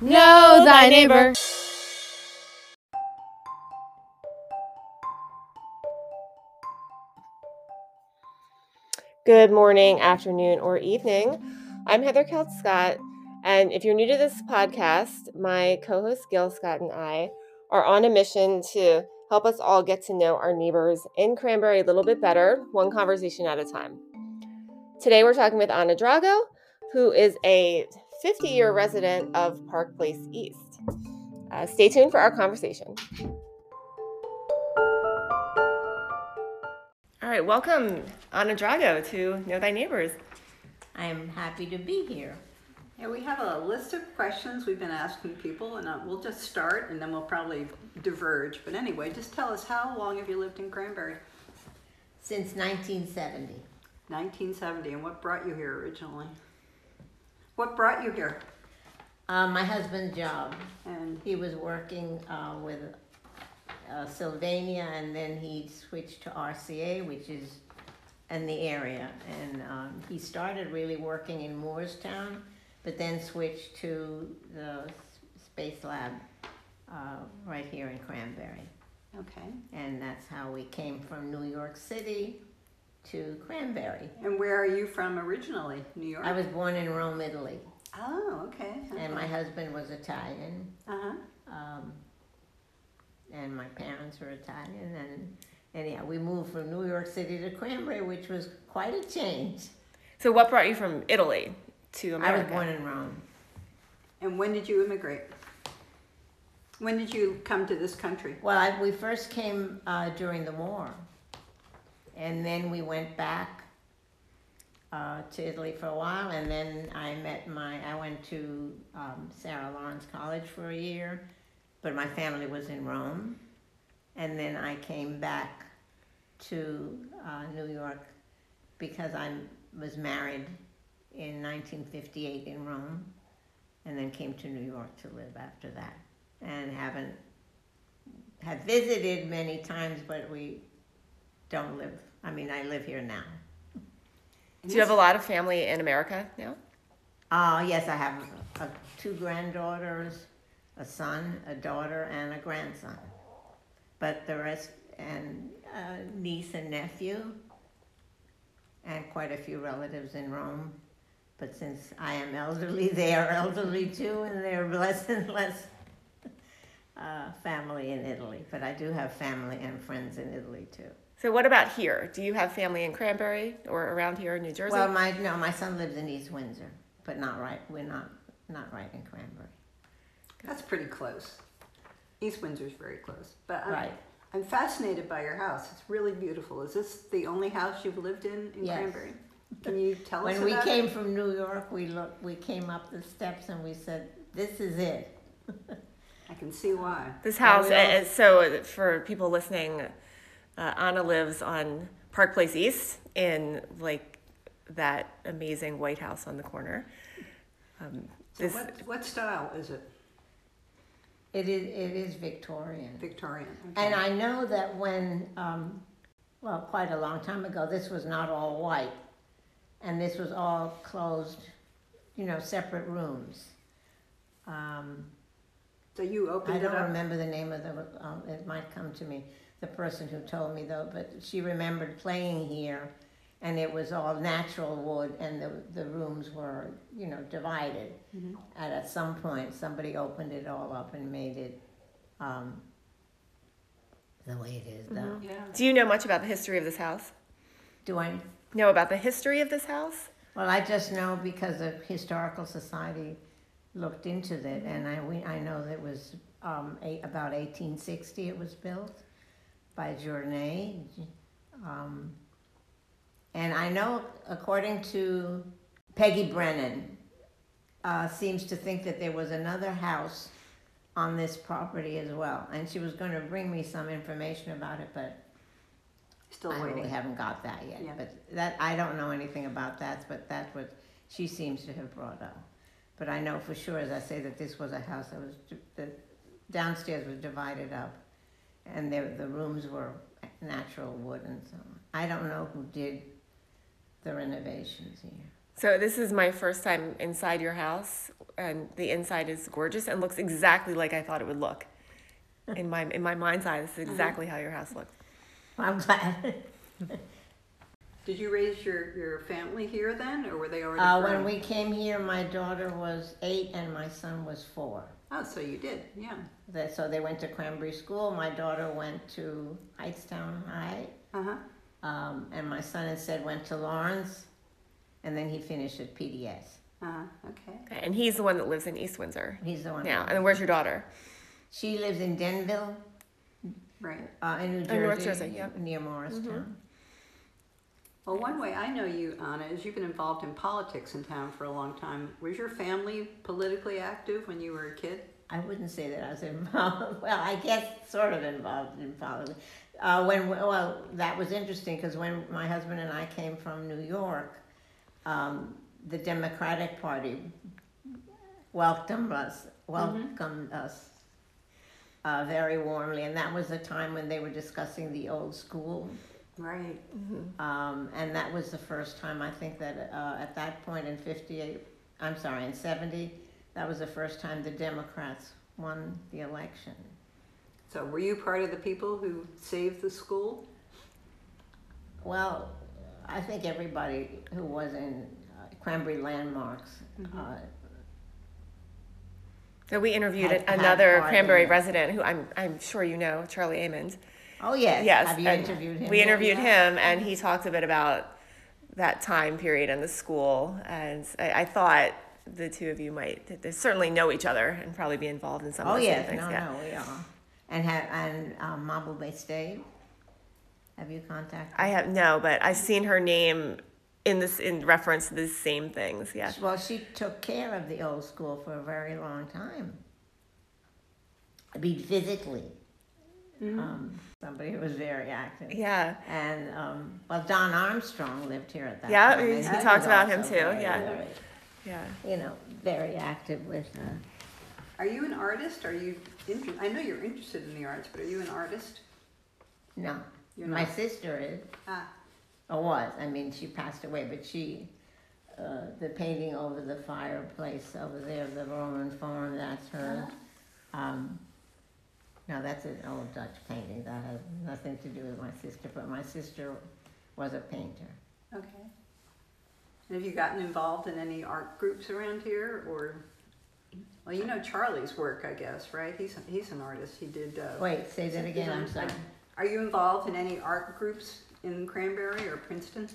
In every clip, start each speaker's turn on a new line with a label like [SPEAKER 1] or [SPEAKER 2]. [SPEAKER 1] Know thy neighbor.
[SPEAKER 2] Good morning, afternoon, or evening. I'm Heather Kelt Scott, and if you're new to this podcast, my co host Gil Scott and I are on a mission to help us all get to know our neighbors in Cranberry a little bit better, one conversation at a time. Today, we're talking with Anna Drago, who is a 50 year resident of Park Place East. Uh, stay tuned for our conversation. All right, welcome, Anna Drago, to Know Thy Neighbors.
[SPEAKER 3] I'm happy to be here.
[SPEAKER 4] Yeah, we have a list of questions we've been asking people, and uh, we'll just start, and then we'll probably diverge. But anyway, just tell us how long have you lived in Cranberry?
[SPEAKER 3] Since 1970,
[SPEAKER 4] 1970, and what brought you here originally? What brought you here?
[SPEAKER 3] uh, my husband's job,
[SPEAKER 4] And
[SPEAKER 3] he was working uh, with uh, Sylvania and then he switched to RCA, which is in the area. And um, he started really working in Moorestown, but then switched to the s- space lab uh, right here in Cranberry.
[SPEAKER 4] okay,
[SPEAKER 3] And that's how we came from New York City to Cranberry.
[SPEAKER 4] and where are you from originally? New York.
[SPEAKER 3] I was born in Rome, Italy.
[SPEAKER 4] oh, okay.
[SPEAKER 3] And my husband was Italian,
[SPEAKER 4] Uh huh.
[SPEAKER 3] um, and my parents were Italian, and and yeah, we moved from New York City to Cranberry, which was quite a change.
[SPEAKER 2] So, what brought you from Italy to America?
[SPEAKER 3] I was born in Rome.
[SPEAKER 4] And when did you immigrate? When did you come to this country?
[SPEAKER 3] Well, I, we first came uh, during the war, and then we went back uh, to Italy for a while, and then I met my. I went to um, Sarah Lawrence College for a year, but my family was in Rome, and then I came back to uh, New York because I was married in 1958 in Rome, and then came to New York to live after that, and haven't have visited many times, but we don't live. I mean, I live here now.
[SPEAKER 2] Do you have a lot of family in America now?
[SPEAKER 3] Uh, yes, I have a, two granddaughters, a son, a daughter, and a grandson. But the rest, and uh, niece and nephew, and quite a few relatives in Rome. But since I am elderly, they are elderly too, and they're less and less uh, family in Italy. But I do have family and friends in Italy too.
[SPEAKER 2] So, what about here? Do you have family in Cranberry or around here in New Jersey?
[SPEAKER 3] Well, my no, my son lives in East Windsor, but not right. We're not not right in Cranberry.
[SPEAKER 4] That's pretty close. East Windsor's very close, but I'm,
[SPEAKER 3] Right.
[SPEAKER 4] I'm fascinated by your house. It's really beautiful. Is this the only house you've lived in in
[SPEAKER 3] Yes.
[SPEAKER 4] Cranberry? Can you tell us
[SPEAKER 3] When we
[SPEAKER 4] about
[SPEAKER 3] came
[SPEAKER 4] it?
[SPEAKER 3] from New York, we looked, we came up the steps and we said, "This is it."
[SPEAKER 4] I can see why.
[SPEAKER 2] this house,
[SPEAKER 3] we all-
[SPEAKER 2] uh, so for people listening, uh, Anna lives on Park Place East in like that amazing White House on the corner. Um,
[SPEAKER 4] So
[SPEAKER 2] this,
[SPEAKER 4] what, what style is it?
[SPEAKER 3] It is it is Victorian.
[SPEAKER 4] Victorian. Okay.
[SPEAKER 3] And I know that when, um, well, quite a long time ago, this was not all white, and this was all closed, you know, separate rooms. Um,
[SPEAKER 4] so you
[SPEAKER 3] I
[SPEAKER 4] opened it
[SPEAKER 3] don't
[SPEAKER 4] up.
[SPEAKER 3] remember the name of the, um, it might come to me, the person who told me though, but she remembered playing here and it was all natural wood and the, the rooms were, you know, divided. And at some point, somebody opened it all up and made it um, the way it is now.
[SPEAKER 4] Yeah.
[SPEAKER 2] do you know much about the history of this house?
[SPEAKER 3] Do I?
[SPEAKER 2] Know about the history of this house?
[SPEAKER 3] Well, I just know because the Historical Society looked into it, and I, we, I know that it was um, eight, about 1860 it was built by Journay. Um, and I know, according to Peggy Brennan, uh, seems to think that there was another house on this property as well. And she was going to bring me some information about it, but
[SPEAKER 4] Still
[SPEAKER 3] I really
[SPEAKER 4] waiting.
[SPEAKER 3] haven't got that yet,
[SPEAKER 4] Yeah.
[SPEAKER 3] but that, I don't know anything about that, but that's what she seems to have brought up. But I know for sure, as I say, that this was a house that was, d- the downstairs was divided up, and there, the rooms were natural wood and so on. I don't know who did the renovations here.
[SPEAKER 2] So this is my first time inside your house, and the inside is gorgeous and looks exactly like I thought it would look. In my in my mind's eye, this is
[SPEAKER 3] Uh-huh.
[SPEAKER 2] exactly how your house looks.
[SPEAKER 3] I'm glad.
[SPEAKER 4] Did you raise your, your family here then, or were they already?
[SPEAKER 3] Uh, when
[SPEAKER 4] grown?
[SPEAKER 3] we came here, my daughter was eight and my son was four.
[SPEAKER 4] Oh, so you did, yeah.
[SPEAKER 3] That, so they went to Cranberry School. My daughter went to Heightstown High,
[SPEAKER 4] Uh huh.
[SPEAKER 3] um, and my son instead went to Lawrence, and then he finished at PDS.
[SPEAKER 4] Uh huh. Okay.
[SPEAKER 2] Okay, And he's the one that lives in East Windsor
[SPEAKER 3] He's the one.
[SPEAKER 2] now. And where's your daughter?
[SPEAKER 3] She lives in Denville,
[SPEAKER 4] Right.
[SPEAKER 3] uh, in New Jersey,
[SPEAKER 2] North Jersey, yep. Mm-hmm.
[SPEAKER 3] near Morristown.
[SPEAKER 4] Well, one way I know you, Anna, is you've been involved in politics in town for a long time. Was your family politically active when you were a kid?
[SPEAKER 3] I wouldn't say that I was involved. Well, I guess sort of involved in politics. Uh, when well, that was interesting because when my husband and I came from New York, um, the Democratic Party welcomed us, welcomed us uh, very warmly, and that was the time when they were discussing the old school.
[SPEAKER 4] Right.
[SPEAKER 3] Um, and that was the first time, I think that uh, at that point in 58, I'm sorry, in 70, that was the first time the Democrats won the election.
[SPEAKER 4] So were you part of the people who saved the school?
[SPEAKER 3] Well, I think everybody who was in uh, Cranberry Landmarks,
[SPEAKER 2] Mm-hmm.
[SPEAKER 3] uh,
[SPEAKER 2] So we interviewed
[SPEAKER 3] Had- had
[SPEAKER 2] another
[SPEAKER 3] five
[SPEAKER 2] Cranberry
[SPEAKER 3] in it.
[SPEAKER 2] resident who I'm I'm sure you know, Charlie Amons.
[SPEAKER 3] oh yes,
[SPEAKER 2] Yes.
[SPEAKER 3] have you
[SPEAKER 2] and
[SPEAKER 3] interviewed him?
[SPEAKER 2] We
[SPEAKER 3] yet?
[SPEAKER 2] interviewed him, and he talked a bit about that time period in the school. And I, I thought the two of you might th- they certainly know each other and probably be involved in some
[SPEAKER 3] Oh
[SPEAKER 2] of the same
[SPEAKER 3] yes,
[SPEAKER 2] things.
[SPEAKER 3] no,
[SPEAKER 2] yeah.
[SPEAKER 3] no, we are. And have and um, Marble Bay State. Have you contacted?
[SPEAKER 2] I have no, but I've seen her name in this in reference to the same things. Yeah.
[SPEAKER 3] Well, she took care of the old school for a very long time. I mean, physically. Um, somebody who was very active.
[SPEAKER 2] Mm-hmm. Yeah.
[SPEAKER 3] And, um, well, Don Armstrong lived here at that
[SPEAKER 2] Yeah,
[SPEAKER 3] time.
[SPEAKER 2] he-
[SPEAKER 3] and
[SPEAKER 2] he
[SPEAKER 3] was
[SPEAKER 2] talked about him
[SPEAKER 3] also
[SPEAKER 2] too,
[SPEAKER 3] very,
[SPEAKER 2] yeah.
[SPEAKER 3] very,
[SPEAKER 2] Yeah.
[SPEAKER 3] you know, very active with. Uh,
[SPEAKER 4] Are you an artist? Are you? Inter- I know you're interested in the arts, but are you an artist?
[SPEAKER 3] no,
[SPEAKER 4] You're
[SPEAKER 3] my
[SPEAKER 4] not.
[SPEAKER 3] sister is,
[SPEAKER 4] Ah,
[SPEAKER 3] or Oh, was. I mean, she passed away, but she. Uh, the painting over the fireplace over there, the Roman farm, that's her. Um, no, that's an old Dutch painting that has nothing to do with my sister, but my sister was a painter.
[SPEAKER 4] okay. And have you gotten involved in any art groups around here, or? Well, you know Charlie's work, I guess, right? He's he's an artist. He did. Uh,
[SPEAKER 3] Wait, say that again, I'm sorry.
[SPEAKER 4] Are you involved in any art groups in Cranberry or Princeton?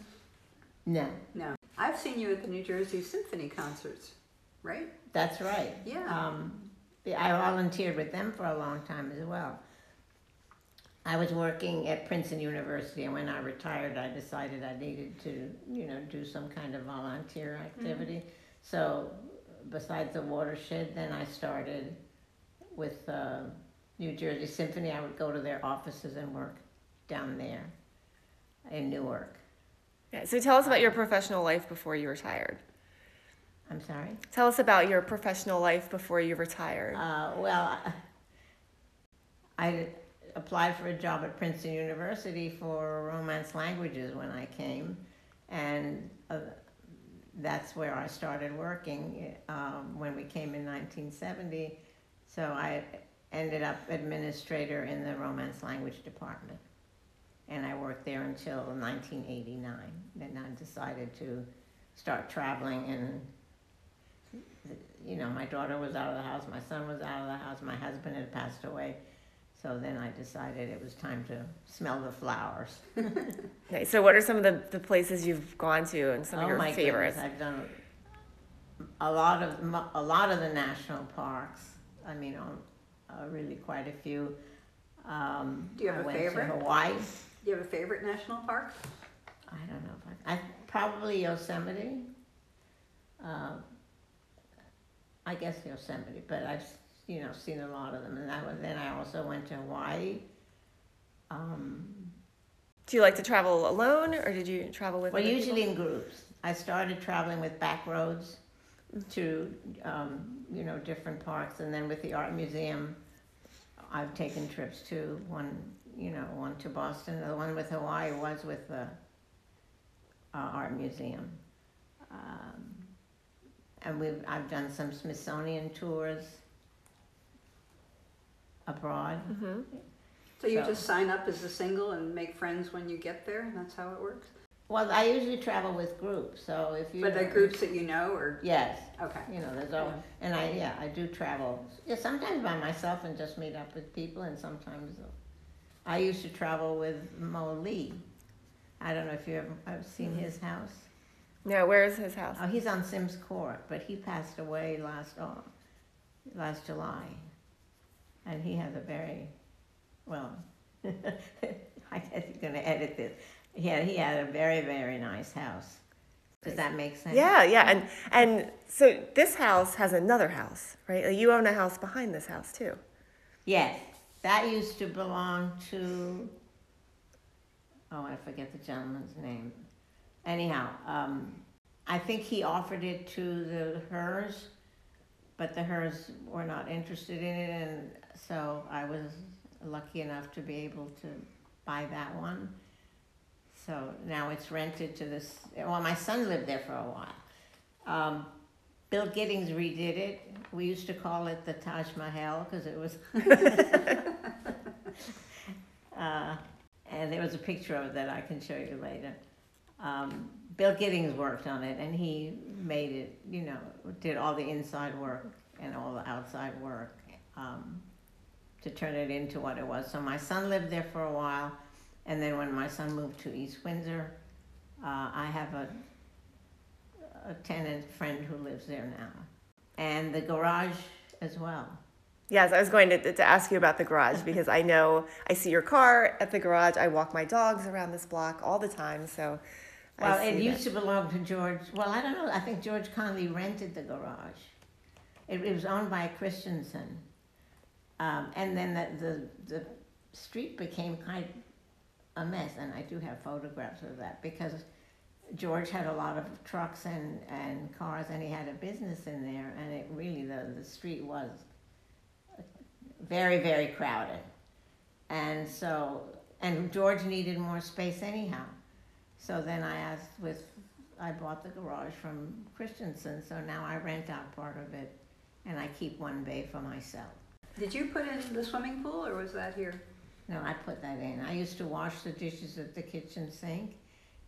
[SPEAKER 3] No,
[SPEAKER 4] No. I've seen you at the New Jersey Symphony concerts, right?
[SPEAKER 3] that's right.
[SPEAKER 4] Yeah.
[SPEAKER 3] Um, I volunteered with them for a long time as well. I was working at Princeton University, and when I retired, I decided I needed to, you know, do some kind of volunteer activity. So, besides the watershed, then I started with uh, New Jersey Symphony. I would go to their offices and work down there in Newark.
[SPEAKER 2] yeah. So tell us about your professional life before you retired.
[SPEAKER 3] I'm sorry.
[SPEAKER 2] Tell us about your professional life before you retired.
[SPEAKER 3] Uh, well, I I applied for a job at Princeton University for Romance Languages when I came, and uh, that's where I started working um, when we came in 1970. So I ended up administrator in the Romance Language Department, and I worked there until 1989. Then I decided to start traveling and you know, my daughter was out of the house, my son was out of the house, my husband had passed away. So then I decided it was time to smell the flowers.
[SPEAKER 2] Okay, So what are some of the, the places you've gone to and some of
[SPEAKER 3] oh
[SPEAKER 2] your
[SPEAKER 3] my
[SPEAKER 2] favorites?
[SPEAKER 3] goodness, I've done a lot of mo- a lot of the national parks. I mean, um, uh, really quite a few. Um,
[SPEAKER 4] Do you have
[SPEAKER 3] I
[SPEAKER 4] a
[SPEAKER 3] went
[SPEAKER 4] favorite?
[SPEAKER 3] to Hawaii.
[SPEAKER 4] Do you have a favorite national park?
[SPEAKER 3] I don't know if I, I probably Yosemite. Uh, I guess Yosemite, but I've you know seen a lot of them, and I was, then I also went to Hawaii. Um,
[SPEAKER 2] Do you like to travel alone or did you travel with
[SPEAKER 3] well,
[SPEAKER 2] other
[SPEAKER 3] usually
[SPEAKER 2] people?
[SPEAKER 3] in groups. I started traveling with back roads to um, you know different parks, and then with the art museum, I've taken trips to one you know one to Boston. The one with Hawaii was with the uh, art museum. Um, and we've, I've done some Smithsonian tours abroad.
[SPEAKER 2] Mm-hmm.
[SPEAKER 4] So you
[SPEAKER 3] So-
[SPEAKER 4] just sign up as a single and make friends when you get there, and that's how it works?
[SPEAKER 3] Well, I usually travel with groups, so if you.
[SPEAKER 4] But the groups that you know or,
[SPEAKER 3] Yes,
[SPEAKER 4] okay.
[SPEAKER 3] you know, there's all, and I, yeah, I do travel, yeah, sometimes by myself and just meet up with people, and sometimes, I used to travel with Mo Lee. I don't know if you ever, I've seen his house.
[SPEAKER 2] No, where is his house?
[SPEAKER 3] Oh, he's on Sims Court, but he passed away last au- last July, and he has a very well. I guess you're gonna edit this. Yeah, he had a very very nice house. Does that make sense?
[SPEAKER 2] Yeah, yeah, and and so this house has another house, right? Like, You own a house behind this house too.
[SPEAKER 3] Yes, that used to belong to. Oh, I forget the gentleman's name. Anyhow, um, I think he offered it to the hers, but the hers were not interested in it, and so I was lucky enough to be able to buy that one. So now it's rented to this. Well, my son lived there for a while. Um, Bill Giddings redid it. We used to call it the Taj Mahal because it was. uh, and there was a picture of it that I can show you later. Um, Bill Giddings worked on it and he made it, you know, did all the inside work and all the outside work um, to turn it into what it was. So my son lived there for a while. And then when my son moved to East Windsor, uh, I have a a tenant friend who lives there now, and the garage as well.
[SPEAKER 2] Yes, I was going to, to ask you about the garage because I know I see your car at the garage. I walk my dogs around this block all the time, so I
[SPEAKER 3] Well,
[SPEAKER 2] see
[SPEAKER 3] it
[SPEAKER 2] that.
[SPEAKER 3] used to belong to George. Well, I don't know. I think George Conley rented the garage. It, it was owned by Christensen, um, and then the, the the street became kind a mess. And I do have photographs of that because George had a lot of trucks and, and cars, and he had a business in there. And it really the the street was very very crowded, and so and George needed more space anyhow. So then I asked with, I bought the garage from Christensen, so now I rent out part of it and I keep one bay for myself.
[SPEAKER 4] Did you put in the swimming pool or was that here?
[SPEAKER 3] No, I put that in. I used to wash the dishes at the kitchen sink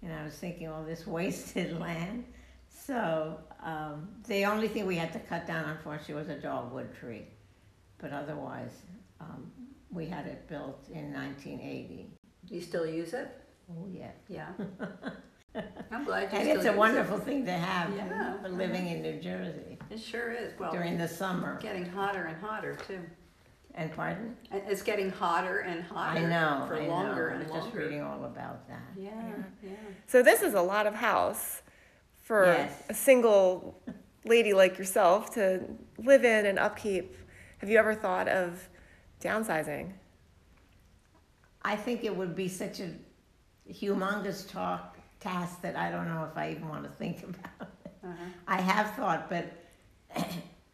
[SPEAKER 3] and I was thinking all this wasted land. So um, the only thing we had to cut down, unfortunately, was a dogwood tree. But otherwise, um, we had it built in 1980.
[SPEAKER 4] You still use it?
[SPEAKER 3] Oh, yeah.
[SPEAKER 4] Yeah. I'm glad you still
[SPEAKER 3] And
[SPEAKER 4] use it.
[SPEAKER 3] it's a wonderful thing to have
[SPEAKER 4] Yeah.
[SPEAKER 3] for living in New Jersey
[SPEAKER 4] It sure is. Well,
[SPEAKER 3] during the summer.
[SPEAKER 4] getting hotter and hotter too.
[SPEAKER 3] And pardon?
[SPEAKER 4] And It's getting hotter and
[SPEAKER 3] I
[SPEAKER 4] hotter.
[SPEAKER 3] know,
[SPEAKER 4] For
[SPEAKER 3] I
[SPEAKER 4] longer
[SPEAKER 3] know. I
[SPEAKER 4] and
[SPEAKER 3] was just
[SPEAKER 4] longer.
[SPEAKER 3] reading all about that.
[SPEAKER 4] Yeah, yeah.
[SPEAKER 2] So this is a lot of house for
[SPEAKER 3] Yes.
[SPEAKER 2] a single lady like yourself to live in and upkeep. Have you ever thought of downsizing?
[SPEAKER 3] I think it would be such a humongous talk, task that I don't know if I even want to think about.
[SPEAKER 4] Uh-huh.
[SPEAKER 3] I have thought, but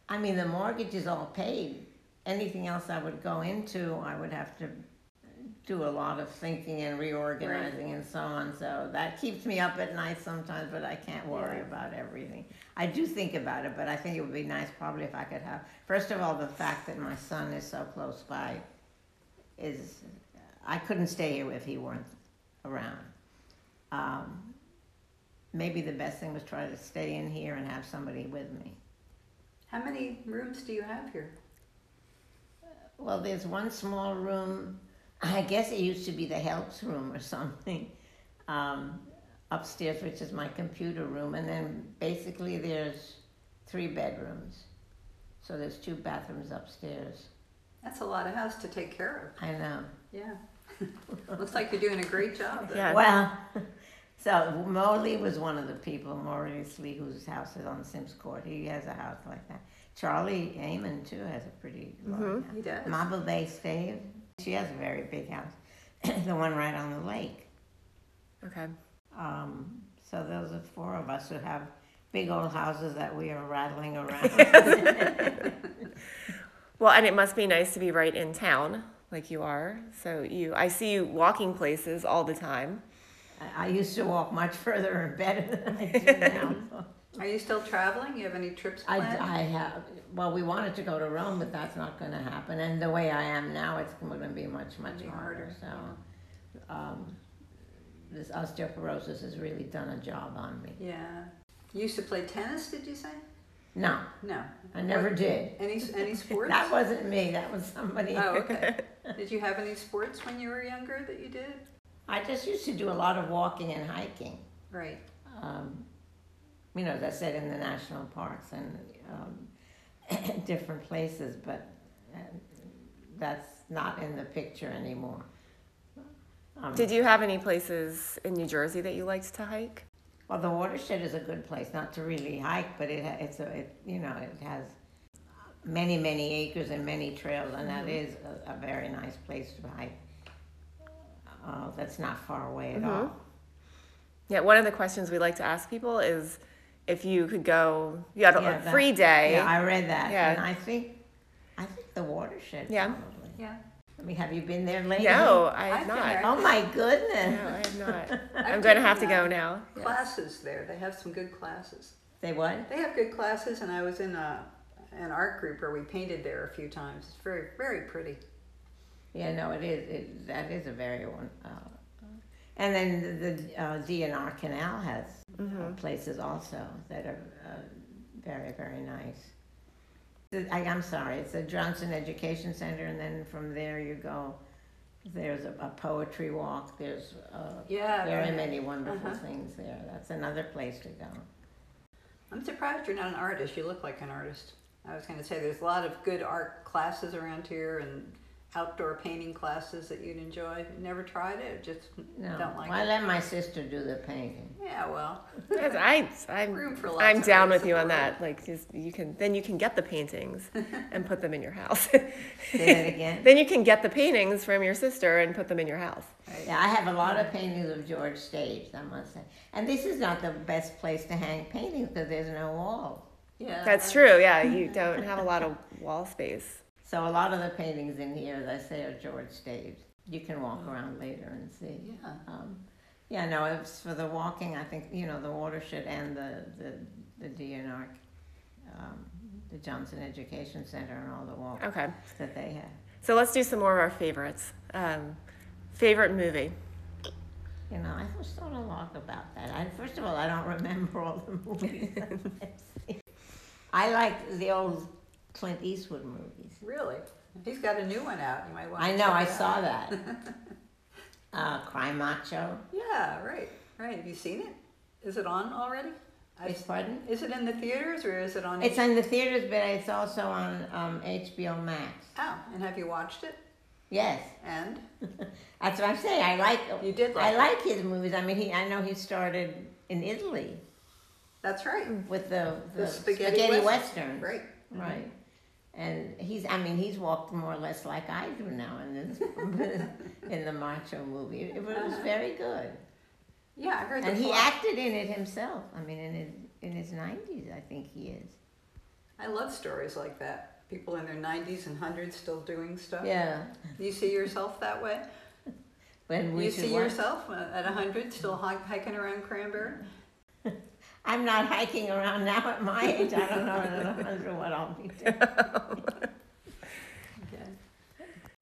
[SPEAKER 3] I mean, the mortgage is all paid. Anything else I would go into, I would have to do a lot of thinking and reorganizing and so on. So that keeps me up at night sometimes, but I can't worry
[SPEAKER 4] Yeah.
[SPEAKER 3] about everything. I do think about it, but I think it would be nice probably if I could have, first of all, the fact that my son is so close by is, I couldn't stay here if he weren't around. Um, maybe the best thing was try to stay in here and have somebody with me.
[SPEAKER 4] How many rooms do you have here?
[SPEAKER 3] Well, there's one small room. I guess it used to be the helps room or something um, upstairs, which is my computer room. And then basically there's three bedrooms. So there's two bathrooms upstairs.
[SPEAKER 4] That's a lot of house to take care
[SPEAKER 3] I know.
[SPEAKER 4] of. Yeah. Looks like you're doing a great job. though.
[SPEAKER 2] Yeah.
[SPEAKER 3] Well, so Morley was one of the people, Maurice Lee, whose house is on Sims Court. He has a house like that. Charlie Amon, too, has a pretty large house.
[SPEAKER 4] He does.
[SPEAKER 3] Mama Bay Stave, she has a very big house, the one right on the lake.
[SPEAKER 2] Okay.
[SPEAKER 3] Um, so those are four of us who have big old houses that we are rattling around.
[SPEAKER 2] Well, and it must be nice to be right in town like you are. So you I see you walking places all the time.
[SPEAKER 3] I- I used to walk much further and better than I do now.
[SPEAKER 4] Are you still traveling? You have any trips
[SPEAKER 3] I,
[SPEAKER 4] planned?
[SPEAKER 3] I have, well, we wanted to go to Rome, but that's not gonna happen, and the way I am now, it's gonna be much, much
[SPEAKER 4] Be
[SPEAKER 3] harder,
[SPEAKER 4] harder,
[SPEAKER 3] so. um, This osteoporosis has really done a job on me.
[SPEAKER 4] yeah. You used to play tennis, did you say?
[SPEAKER 3] No,
[SPEAKER 4] No.
[SPEAKER 3] I never did.
[SPEAKER 4] Any any sports?
[SPEAKER 3] That wasn't me, that was somebody.
[SPEAKER 4] Oh, okay. Did you have any sports when you were younger that you did?
[SPEAKER 3] I just used to do a lot of walking and hiking.
[SPEAKER 4] Right.
[SPEAKER 3] um, you know, as I said, in the national parks and um, different places, but uh, that's not in the picture anymore. Um,
[SPEAKER 2] Did you have any places in New Jersey that you liked to hike?
[SPEAKER 3] well, the watershed is a good place, not to really hike, but it ha- it's a it, you know it has many many acres and many trails, and that
[SPEAKER 2] Mm-hmm.
[SPEAKER 3] is a, a very nice place to hike. Uh, that's not far away
[SPEAKER 2] Mm-hmm.
[SPEAKER 3] at all.
[SPEAKER 2] Yeah, one of the questions we like to ask people is if you could go, you had a
[SPEAKER 3] Yeah, that-
[SPEAKER 2] free day.
[SPEAKER 3] Yeah, I read that,
[SPEAKER 2] Yeah.
[SPEAKER 3] and I think I think the watershed
[SPEAKER 2] Yeah.
[SPEAKER 3] probably.
[SPEAKER 4] Yeah.
[SPEAKER 3] I mean, have you been there lately?
[SPEAKER 2] no, I have
[SPEAKER 4] I've been
[SPEAKER 2] not.
[SPEAKER 4] there.
[SPEAKER 3] Oh my
[SPEAKER 2] No,
[SPEAKER 3] goodness.
[SPEAKER 2] I have not.
[SPEAKER 4] I've
[SPEAKER 2] I'm going to
[SPEAKER 4] taken,
[SPEAKER 2] have to
[SPEAKER 4] uh,
[SPEAKER 2] go now.
[SPEAKER 4] Classes there. They have some good classes.
[SPEAKER 3] They what?
[SPEAKER 4] They have good classes, and I was in a an art group where we painted there a few times. It's very very pretty.
[SPEAKER 3] Yeah, no, it is. It, that is a very one. Uh, and then the uh, DNR Canal has
[SPEAKER 4] Mm-hmm.
[SPEAKER 3] uh, places also that are uh, very very nice. The- I, I'm sorry, it's the Johnson Education Center, and then from there you go. There's a, a poetry walk. There's uh,
[SPEAKER 4] Yeah,
[SPEAKER 3] very
[SPEAKER 4] right.
[SPEAKER 3] many wonderful
[SPEAKER 4] Uh-huh.
[SPEAKER 3] things there. That's another place to go.
[SPEAKER 4] I'm surprised you're not an artist. You look like an artist. I was going to say there's a lot of good art classes around here and outdoor painting classes that you'd enjoy. Never tried it. Just
[SPEAKER 3] No,
[SPEAKER 4] don't like
[SPEAKER 3] well, I
[SPEAKER 4] it.
[SPEAKER 3] let my sister do the painting.
[SPEAKER 4] Yeah, well,
[SPEAKER 2] Yes, I, I'm,
[SPEAKER 4] Room for lots
[SPEAKER 2] I'm
[SPEAKER 4] of
[SPEAKER 2] down
[SPEAKER 4] ways
[SPEAKER 2] with
[SPEAKER 4] to
[SPEAKER 2] you on
[SPEAKER 4] work.
[SPEAKER 2] that. Like, just, you can then you can get the paintings and put them in your house.
[SPEAKER 3] Say that again.
[SPEAKER 2] then you can get the paintings from your sister and put them in your house.
[SPEAKER 3] Yeah, I have a lot of paintings of George Staves, I must say. And this is not the best place to hang paintings because there's no walls.
[SPEAKER 4] yeah.
[SPEAKER 2] That's true. Yeah, you don't have a lot of wall space.
[SPEAKER 3] So a lot of the paintings in here, as I say, are George Staves. You can walk around later and see.
[SPEAKER 4] Yeah.
[SPEAKER 3] Um, yeah, no, it's for the walking. I think you know the watershed and the the, the DNR, um, the Johnson Education Center, and all the walks
[SPEAKER 2] Okay,
[SPEAKER 3] that they have.
[SPEAKER 2] so let's do some more of our favorites. Um, favorite movie?
[SPEAKER 3] You know, I was thought a lot about that. I, first of all, I don't remember all the movies. I've seen. I like the old Clint Eastwood movies.
[SPEAKER 4] Really? He's got a new one out. You might want.
[SPEAKER 3] I
[SPEAKER 4] to
[SPEAKER 3] know,
[SPEAKER 4] check
[SPEAKER 3] I
[SPEAKER 4] it out.
[SPEAKER 3] saw that. Uh, Cry Macho.
[SPEAKER 4] Yeah, right, right. Have you seen it? Is it on already? I,
[SPEAKER 3] It's pardon?
[SPEAKER 4] is it in the theaters or is it on?
[SPEAKER 3] It's in the theaters, but it's also on um, HBO Max.
[SPEAKER 4] oh, and have you watched it?
[SPEAKER 3] Yes,
[SPEAKER 4] And
[SPEAKER 3] that's what I'm saying. I like.
[SPEAKER 4] You did like
[SPEAKER 3] I like his movies. I mean, he. I know he started in Italy
[SPEAKER 4] that's right.
[SPEAKER 3] with Mm. the,
[SPEAKER 4] The spaghetti western.
[SPEAKER 3] westerns.
[SPEAKER 4] Right.
[SPEAKER 3] Right. And he's, I mean, he's walked more or less like I do now in this, in the Macho movie. It was very good.
[SPEAKER 4] Yeah, I heard.
[SPEAKER 3] And
[SPEAKER 4] the
[SPEAKER 3] he
[SPEAKER 4] plot.
[SPEAKER 3] acted in it himself. I mean, in his, in his 90s, I think he is.
[SPEAKER 4] I love stories like that. People in their 90s and 100s still doing stuff.
[SPEAKER 3] Yeah.
[SPEAKER 4] You see yourself that way?
[SPEAKER 3] When we
[SPEAKER 4] you
[SPEAKER 3] should
[SPEAKER 4] see
[SPEAKER 3] watch-
[SPEAKER 4] yourself uh, at 100 still hi- hiking around Cranberry?
[SPEAKER 3] I'm not hiking around now at my age. I don't know, I don't know what I'll be doing.
[SPEAKER 4] Okay.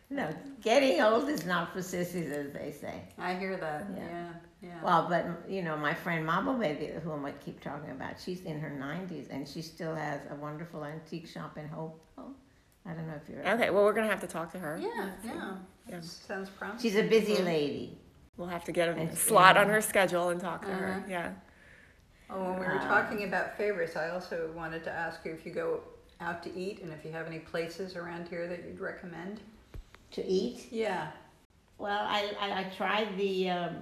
[SPEAKER 3] No, getting old is not for sissies, as they say.
[SPEAKER 4] I hear that.
[SPEAKER 3] Yeah.
[SPEAKER 4] Yeah. Yeah.
[SPEAKER 3] Well, but you know, my friend Mama Baby, whom I keep talking about, she's in her 90s and she still has a wonderful antique shop in Hopewell. I don't know if you're.
[SPEAKER 2] Okay, well we're gonna have to talk to her.
[SPEAKER 4] yeah, yeah.
[SPEAKER 2] Yeah.
[SPEAKER 4] Sounds promising.
[SPEAKER 3] She's a busy lady.
[SPEAKER 2] We'll have to get a
[SPEAKER 3] It's-
[SPEAKER 2] slot
[SPEAKER 3] yeah.
[SPEAKER 2] on her schedule and talk to her.
[SPEAKER 4] Uh-huh.
[SPEAKER 2] Yeah.
[SPEAKER 4] Oh, when we were talking about favorites, I also wanted to ask you if you go out to eat and if you have any places around here that you'd recommend.
[SPEAKER 3] To eat?
[SPEAKER 4] Yeah.
[SPEAKER 3] Well, I, I, I tried the um,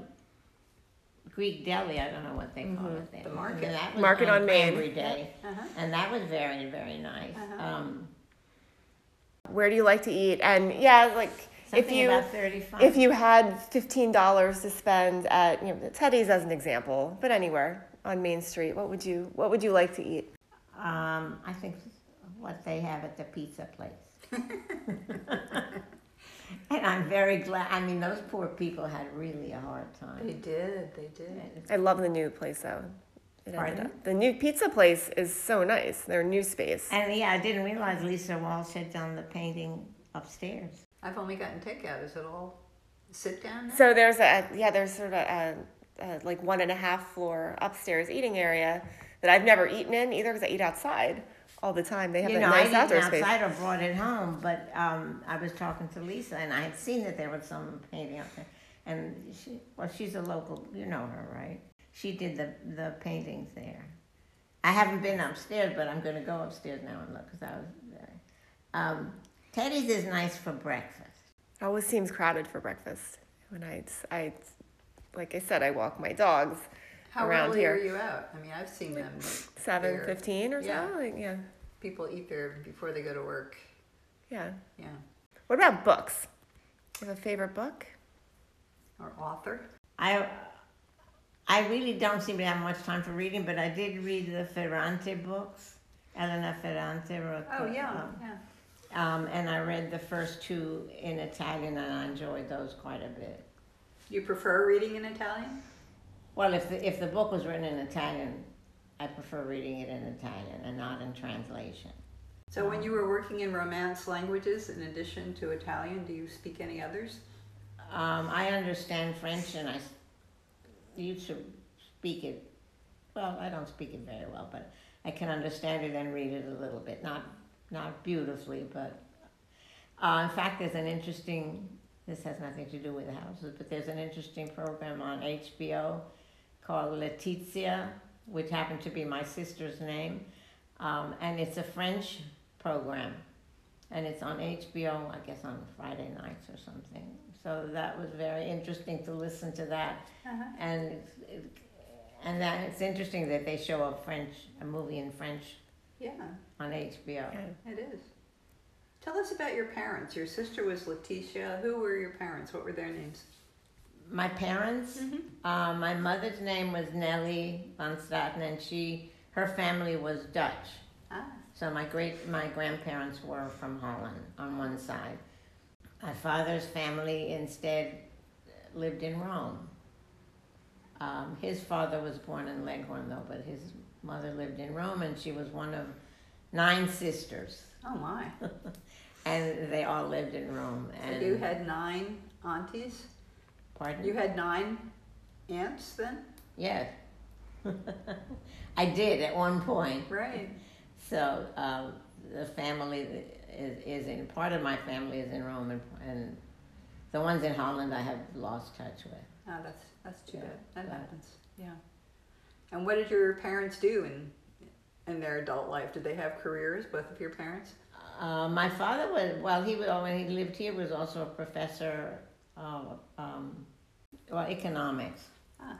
[SPEAKER 3] Greek deli. I don't know what they call it there.
[SPEAKER 4] The market.
[SPEAKER 3] And Mm-hmm. that was
[SPEAKER 2] Mm-hmm. Market on Main.
[SPEAKER 3] Every day.
[SPEAKER 4] Uh-huh.
[SPEAKER 3] And that was very, very nice.
[SPEAKER 4] Uh-huh.
[SPEAKER 3] Um,
[SPEAKER 2] Where do you like to eat? And yeah, like if
[SPEAKER 3] something
[SPEAKER 2] you
[SPEAKER 3] about 35.
[SPEAKER 2] if you had fifteen dollars to spend at you know Teddy's as an example, but anywhere on Main Street, what would you what would you like to eat?
[SPEAKER 3] um, I think what they have at the pizza place. and I'm very glad. I mean, those poor people had really a hard
[SPEAKER 4] They
[SPEAKER 3] time.
[SPEAKER 4] did. They did.
[SPEAKER 2] I love the new place though. It ended
[SPEAKER 3] Pardon?
[SPEAKER 2] up- The new pizza place is so nice. Their new space.
[SPEAKER 3] And yeah, I didn't realize Lisa Walsh had done the painting upstairs.
[SPEAKER 4] I've only gotten takeout. Is it all sit down? now?
[SPEAKER 2] So there's a yeah, there's sort of a, a like one and a half floor upstairs eating area that I've never eaten in either because I eat outside all the time. They have
[SPEAKER 3] You
[SPEAKER 2] that
[SPEAKER 3] know, I
[SPEAKER 2] nice
[SPEAKER 3] didn't
[SPEAKER 2] outdoor space.
[SPEAKER 3] outside or brought it home, but um, I was talking to Lisa and I had seen that there was some painting up there. And she, well, she's a local, you know her, right? She did the, the paintings there. I haven't been upstairs, but I'm going to go upstairs now and look because I was there. Um, Teddy's is nice for breakfast.
[SPEAKER 2] It always seems crowded for breakfast when I I like I said I walk my dogs
[SPEAKER 4] How
[SPEAKER 2] around
[SPEAKER 4] early
[SPEAKER 2] here.
[SPEAKER 4] are you out? I mean, I've seen them. like,
[SPEAKER 2] seven
[SPEAKER 4] there.
[SPEAKER 2] fifteen or so.
[SPEAKER 4] Yeah.
[SPEAKER 2] Like, yeah,
[SPEAKER 4] People eat there before they go to work.
[SPEAKER 2] yeah.
[SPEAKER 4] Yeah.
[SPEAKER 2] What about books? You have a favorite book?
[SPEAKER 4] Or author.
[SPEAKER 3] I I really don't seem to have much time for reading, but I did read the Ferrante books, Elena Ferrante wrote.
[SPEAKER 4] Oh
[SPEAKER 3] the-
[SPEAKER 4] yeah,
[SPEAKER 3] um,
[SPEAKER 4] yeah.
[SPEAKER 3] Um, and I read the first two in Italian, and I enjoyed those quite a bit.
[SPEAKER 4] You prefer reading in Italian?
[SPEAKER 3] Well, if the, if the book was written in Italian, I prefer reading it in Italian and not in translation.
[SPEAKER 4] So when you were working in Romance languages, in addition to Italian, do you speak any others?
[SPEAKER 3] Um, I understand French, and I s- used to speak it. Well, I don't speak it very well, but I can understand it and read it a little bit. Not not beautifully, but uh, in fact, there's an interesting. This has nothing to do with houses, but there's an interesting program on HBO called Letizia, which happened to be my sister's name, um, and it's a French program and it's on HBO, I guess on Friday nights or something. So that was very interesting to listen to that,
[SPEAKER 4] Uh-huh.
[SPEAKER 3] and it, and that it's interesting that they show a French a movie in French
[SPEAKER 4] Yeah,
[SPEAKER 3] on HBO.
[SPEAKER 4] it is. Tell us about your parents. Your sister was Letitia. Who were your parents? What were their names?
[SPEAKER 3] My parents, uh, my mother's name was Nellie von Staten, and she her family was Dutch.
[SPEAKER 4] Ah,
[SPEAKER 3] So my great my grandparents were from Holland on one side. My father's family instead lived in Rome. Um, his father was born in Leghorn though, but his mother lived in Rome, and she was one of nine sisters,
[SPEAKER 4] oh my.
[SPEAKER 3] and they all lived in Rome.
[SPEAKER 4] So
[SPEAKER 3] And
[SPEAKER 4] you had nine aunties?
[SPEAKER 3] pardon?
[SPEAKER 4] You had nine aunts then?
[SPEAKER 3] yes, I did at one point.
[SPEAKER 4] Right.
[SPEAKER 3] So um, the family is, is in part of my family is in Rome, and, and the ones in Holland I have lost touch with.
[SPEAKER 4] Oh, that's, that's too
[SPEAKER 3] Yeah,
[SPEAKER 4] bad. That
[SPEAKER 3] that-
[SPEAKER 4] happens. Yeah. And what did your parents do in, in their adult life? Did they have careers, both of your parents?
[SPEAKER 3] Uh, my father was well. He was oh, when he lived here was also a professor of um, well economics,
[SPEAKER 4] Ah.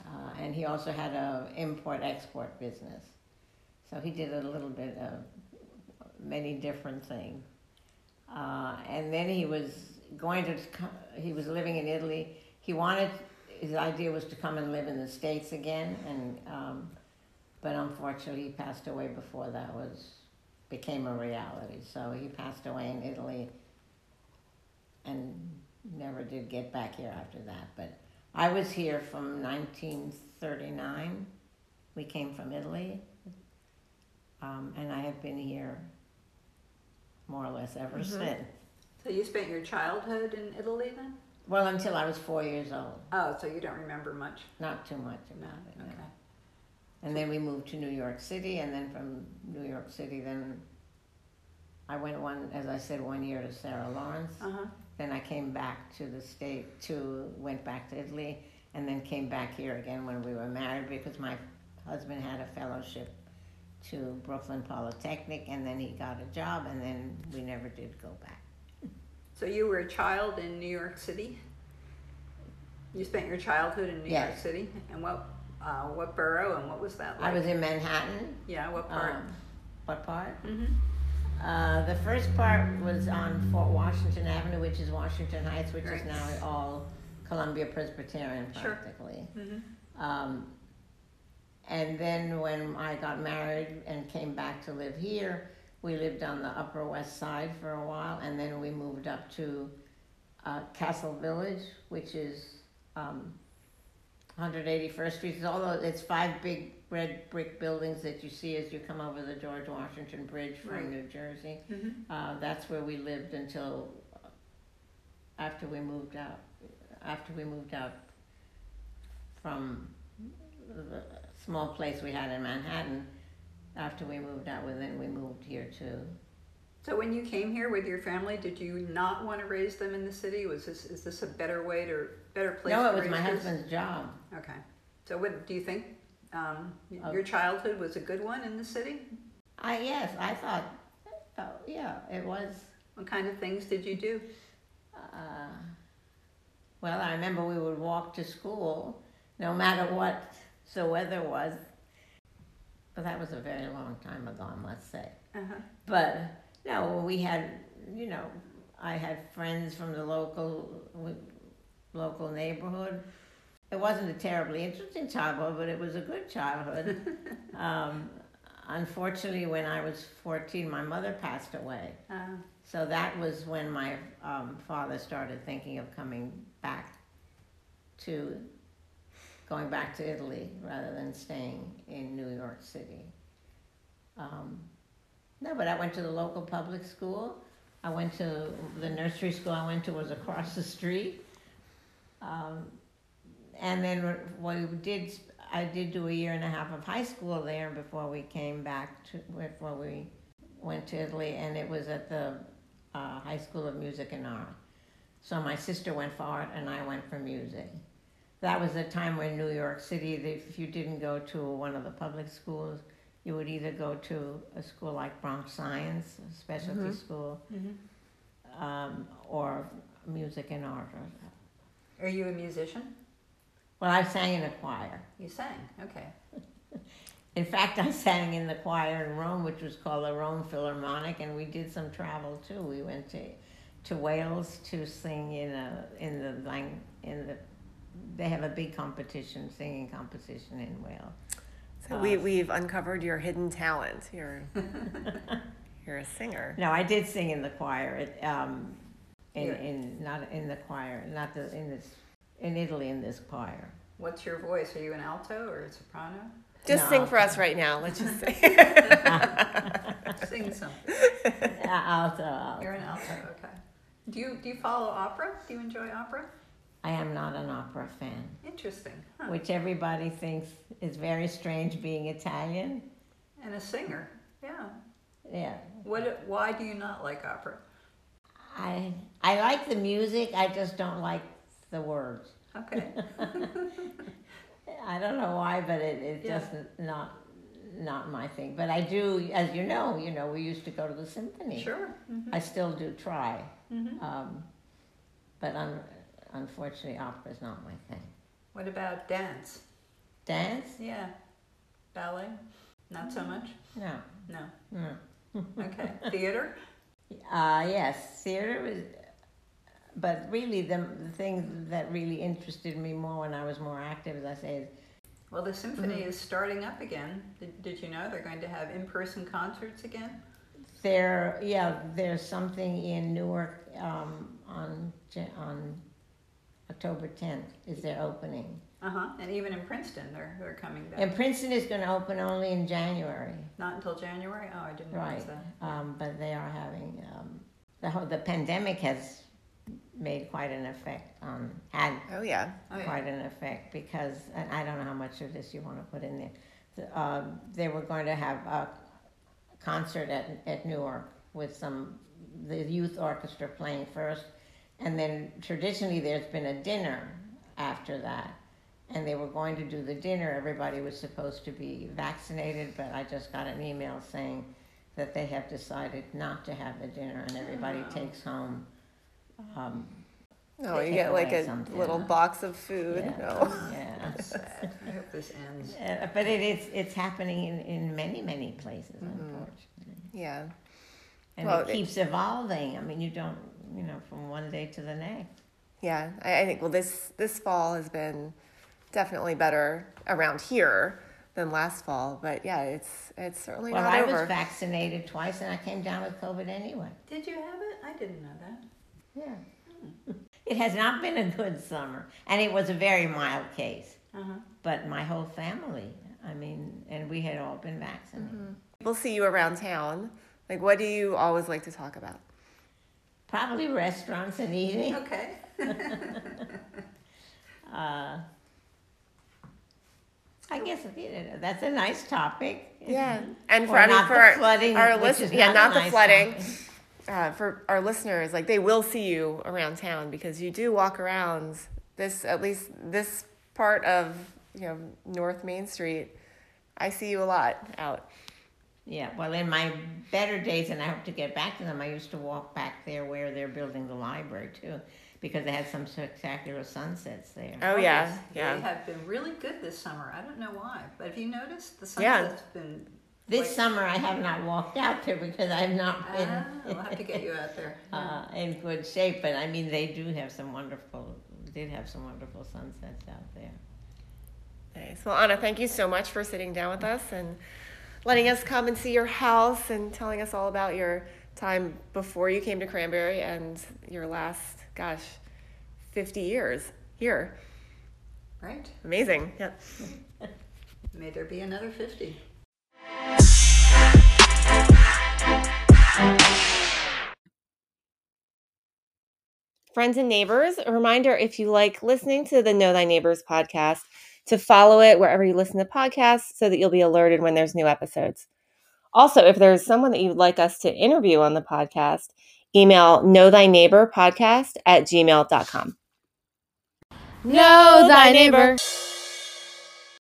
[SPEAKER 3] uh, and he also had a import export business. So he did a little bit of many different things, uh, and then he was going to co- he was living in Italy. He wanted his idea was to come and live in the states again, and um, but unfortunately he passed away before that was became a reality. So he passed away in Italy and never did get back here after that. But I was here from 1939. We came from Italy. Um, and I have been here more or less ever since.
[SPEAKER 4] So you spent your childhood in Italy then?
[SPEAKER 3] Well, until I was four years old.
[SPEAKER 4] Oh, so you don't remember much?
[SPEAKER 3] Not too much
[SPEAKER 4] No.
[SPEAKER 3] about it. no.
[SPEAKER 4] Okay.
[SPEAKER 3] And then we moved to New York City, and then from New York City, then I went one, as I said, one year to Sarah Lawrence.
[SPEAKER 4] Uh huh.
[SPEAKER 3] Then I came back to the state to went back to Italy and then came back here again when we were married because my husband had a fellowship to Brooklyn Polytechnic and then he got a job and then we never did go back.
[SPEAKER 4] So you were a child in New York City. You spent your childhood in New York
[SPEAKER 3] Yes.
[SPEAKER 4] City, and what, uh, what borough, and what was that
[SPEAKER 3] I
[SPEAKER 4] like?
[SPEAKER 3] was in Manhattan.
[SPEAKER 4] yeah, what part?
[SPEAKER 3] Um, what part?
[SPEAKER 4] mm-hmm.
[SPEAKER 3] Uh, the first part was on Fort Washington Avenue, which is Washington Heights, which is
[SPEAKER 4] Right.
[SPEAKER 3] now all Columbia Presbyterian
[SPEAKER 4] Sure.
[SPEAKER 3] practically.
[SPEAKER 4] Mm-hmm.
[SPEAKER 3] Um, and then when I got married and came back to live here, we lived on the Upper West Side for a while, and then we moved up to uh, Castle Village, which is um, 181st Street, all those, it's five big red brick buildings that you see as you come over the George Washington Bridge
[SPEAKER 4] Right.
[SPEAKER 3] from New Jersey.
[SPEAKER 4] Mhm.
[SPEAKER 3] Uh, that's where we lived until uh, after we moved out, after we moved out from the small place we had in Manhattan. After we moved out, well, then we moved here too.
[SPEAKER 4] So when you came here with your family, did you not want to raise them in the city? Was this is this a better way to better place?
[SPEAKER 3] No,
[SPEAKER 4] to
[SPEAKER 3] it was
[SPEAKER 4] raise
[SPEAKER 3] my
[SPEAKER 4] kids?
[SPEAKER 3] husband's job.
[SPEAKER 4] Okay. So what do you think? Um, y-
[SPEAKER 3] Oh.
[SPEAKER 4] your childhood was a good one in the city.
[SPEAKER 3] I, yes, I thought, oh, yeah, it was.
[SPEAKER 4] What kind of things did you do?
[SPEAKER 3] Uh, well, I remember we would walk to school, no matter what the weather was. But that was a very long time ago, I must say.
[SPEAKER 4] Uh-huh.
[SPEAKER 3] But no, we had, you know, I had friends from the local w- local neighborhood. It wasn't a terribly interesting childhood, but it was a good childhood. um, unfortunately, when I was 14, my mother passed away.
[SPEAKER 4] Uh,
[SPEAKER 3] So that was when my um, father started thinking of coming back to going back to Italy rather than staying in New York City. Um, no, but I went to the local public school. I went to the nursery school I went to was across the street. Um, and then we did, I did do a year and a half of high school there before we came back to, before we went to Italy, and it was at the uh, High School of Music and Art. So my sister went for art, and I went for music. That was a time when New York City, if you didn't go to one of the public schools, you would either go to a school like Bronx Science, a specialty
[SPEAKER 4] Mhm.
[SPEAKER 3] school,
[SPEAKER 4] mhm.
[SPEAKER 3] um, or music and art. Or,
[SPEAKER 4] Are you a musician?
[SPEAKER 3] well, I sang in a choir.
[SPEAKER 4] You sang. Okay.
[SPEAKER 3] In fact, I sang in the choir in Rome, which was called the Rome Philharmonic, and we did some travel too. We went to, to Wales to sing in a in the lang- in the. They have a big competition, singing competition in Wales.
[SPEAKER 2] So
[SPEAKER 3] Uh,
[SPEAKER 2] we, we've uncovered your hidden talent. You're, you're a singer.
[SPEAKER 3] No, I did sing in the choir. It, um, in,
[SPEAKER 4] Yeah.
[SPEAKER 3] in not in the choir, not the in this in Italy in this choir.
[SPEAKER 4] What's your voice? Are you an alto or a soprano?
[SPEAKER 2] Just
[SPEAKER 3] No.
[SPEAKER 2] sing for us right now. Let's just sing.
[SPEAKER 4] Sing something.
[SPEAKER 3] Uh, alto, alto.
[SPEAKER 4] You're an alto. Okay. Do you do you follow opera? Do you enjoy opera?
[SPEAKER 3] I am not an opera fan.
[SPEAKER 4] Interesting. Huh.
[SPEAKER 3] which everybody thinks is very strange being Italian.
[SPEAKER 4] And a singer. Yeah.
[SPEAKER 3] Yeah.
[SPEAKER 4] What? Why do you not like opera?
[SPEAKER 3] I I like the music, I just don't like the words.
[SPEAKER 4] Okay.
[SPEAKER 3] I don't know why, but it, it
[SPEAKER 4] Yeah.
[SPEAKER 3] just not not my thing. But I do as you know, you know, we used to go to the symphony.
[SPEAKER 4] sure. Mhm.
[SPEAKER 3] I still do try.
[SPEAKER 4] Mhm.
[SPEAKER 3] Um, but un- unfortunately opera is not my thing.
[SPEAKER 4] What about dance?
[SPEAKER 3] Dance?
[SPEAKER 4] Yeah. Ballet? Not
[SPEAKER 3] Mm.
[SPEAKER 4] so much?
[SPEAKER 3] No.
[SPEAKER 4] No.
[SPEAKER 3] No.
[SPEAKER 4] Okay. Theater?
[SPEAKER 3] Uh, yes, theater was, but really the, the thing that really interested me more when I was more active, as I say, is
[SPEAKER 4] Well, the symphony
[SPEAKER 3] Mm-hmm.
[SPEAKER 4] is starting up again. Did, did you know they're going to have in person concerts again?
[SPEAKER 3] there, yeah, there's something in Newark um, on Ja- on October 10th is their opening,
[SPEAKER 4] Uh huh. And even in Princeton, they're, they're coming back.
[SPEAKER 3] and Princeton is going to open only in January,
[SPEAKER 4] Not until January? Oh, I didn't
[SPEAKER 3] right?
[SPEAKER 4] realize that.
[SPEAKER 3] Um, but they are having um, the whole, the pandemic has made quite an effect on had
[SPEAKER 2] Oh, yeah.
[SPEAKER 4] Oh, yeah.
[SPEAKER 3] quite an effect because, and I don't know how much of this you want to put in there. The, um, they were going to have a concert at, at Newark with some, the youth orchestra playing first. And then traditionally there's been a dinner after that. And they were going to do the dinner. Everybody was supposed to be vaccinated, but I just got an email saying that they have decided not to have the dinner and everybody
[SPEAKER 4] Oh.
[SPEAKER 3] takes home. Um,
[SPEAKER 2] No, Oh, you
[SPEAKER 3] Take
[SPEAKER 2] get like
[SPEAKER 3] away
[SPEAKER 2] a
[SPEAKER 3] something.
[SPEAKER 2] little box of food.
[SPEAKER 3] yeah,
[SPEAKER 2] No.
[SPEAKER 3] yeah.
[SPEAKER 4] That's sad. I hope this ends.
[SPEAKER 3] Uh, but it is it's happening in, in many many places unfortunately
[SPEAKER 2] Yeah.
[SPEAKER 3] and
[SPEAKER 2] Mm-hmm. Well,
[SPEAKER 3] it
[SPEAKER 2] it-
[SPEAKER 3] keeps evolving i mean you don't you know from one day to the next
[SPEAKER 2] Yeah. I, I think, well, this, this fall has been definitely better around here than last fall. But yeah, it's, it's certainly
[SPEAKER 3] well
[SPEAKER 2] not
[SPEAKER 3] i
[SPEAKER 2] over.
[SPEAKER 3] was vaccinated twice and i came down with covid anyway
[SPEAKER 4] Did you have it? I didn't know that.
[SPEAKER 3] yeah it has not been a good summer and it was a very mild case
[SPEAKER 4] Uh-huh.
[SPEAKER 3] but my whole family, I mean, and we had all been vaccinated.
[SPEAKER 2] People see you around town. Like, what do you always like to talk about?
[SPEAKER 3] Probably restaurants and eating.
[SPEAKER 4] Okay.
[SPEAKER 3] Uh, I guess you know, that's a nice topic.
[SPEAKER 2] Yeah, and
[SPEAKER 3] Mm-hmm.
[SPEAKER 2] for
[SPEAKER 3] Or
[SPEAKER 2] I mean,
[SPEAKER 3] not
[SPEAKER 2] for
[SPEAKER 3] the
[SPEAKER 2] our,
[SPEAKER 3] flooding,
[SPEAKER 2] our
[SPEAKER 3] which
[SPEAKER 2] listeners,
[SPEAKER 3] is
[SPEAKER 2] yeah,
[SPEAKER 3] not a
[SPEAKER 2] not the
[SPEAKER 3] nice
[SPEAKER 2] flooding.
[SPEAKER 3] topic.
[SPEAKER 2] Uh, for our listeners, like they will see you around town because you do walk around this at least this part of you know North Main Street. I see you a lot out.
[SPEAKER 3] Yeah, well, in my better days, and I hope to get back to them, I used to walk back there where they're building the library too, because they had some spectacular sunsets there.
[SPEAKER 2] Oh yeah,
[SPEAKER 4] They
[SPEAKER 2] yeah.
[SPEAKER 4] have been really good this summer. I don't know why, but have you noticed the
[SPEAKER 2] Yeah.
[SPEAKER 4] sunset's been?
[SPEAKER 3] This summer, I have not walked out there because I've not been
[SPEAKER 4] Ah, we'll have to get you out there.
[SPEAKER 3] uh, in good shape. But I mean, they do have some wonderful, did have some wonderful sunsets out there.
[SPEAKER 2] Nice. Well, Anna, thank you so much for sitting down with us and letting us come and see your house and telling us all about your time before you came to Cranberry and your last gosh, fifty years here.
[SPEAKER 4] Right?
[SPEAKER 2] Amazing. Yep.
[SPEAKER 4] May there be another fifty.
[SPEAKER 2] Friends and neighbors, a reminder if you like listening to the Know Thy Neighbors podcast, to follow it wherever you listen to podcasts so that you'll be alerted when there's new episodes. Also, if there's someone that you'd like us to interview on the podcast, email know thy neighbor podcast at gmail.com.
[SPEAKER 1] Know thy neighbor.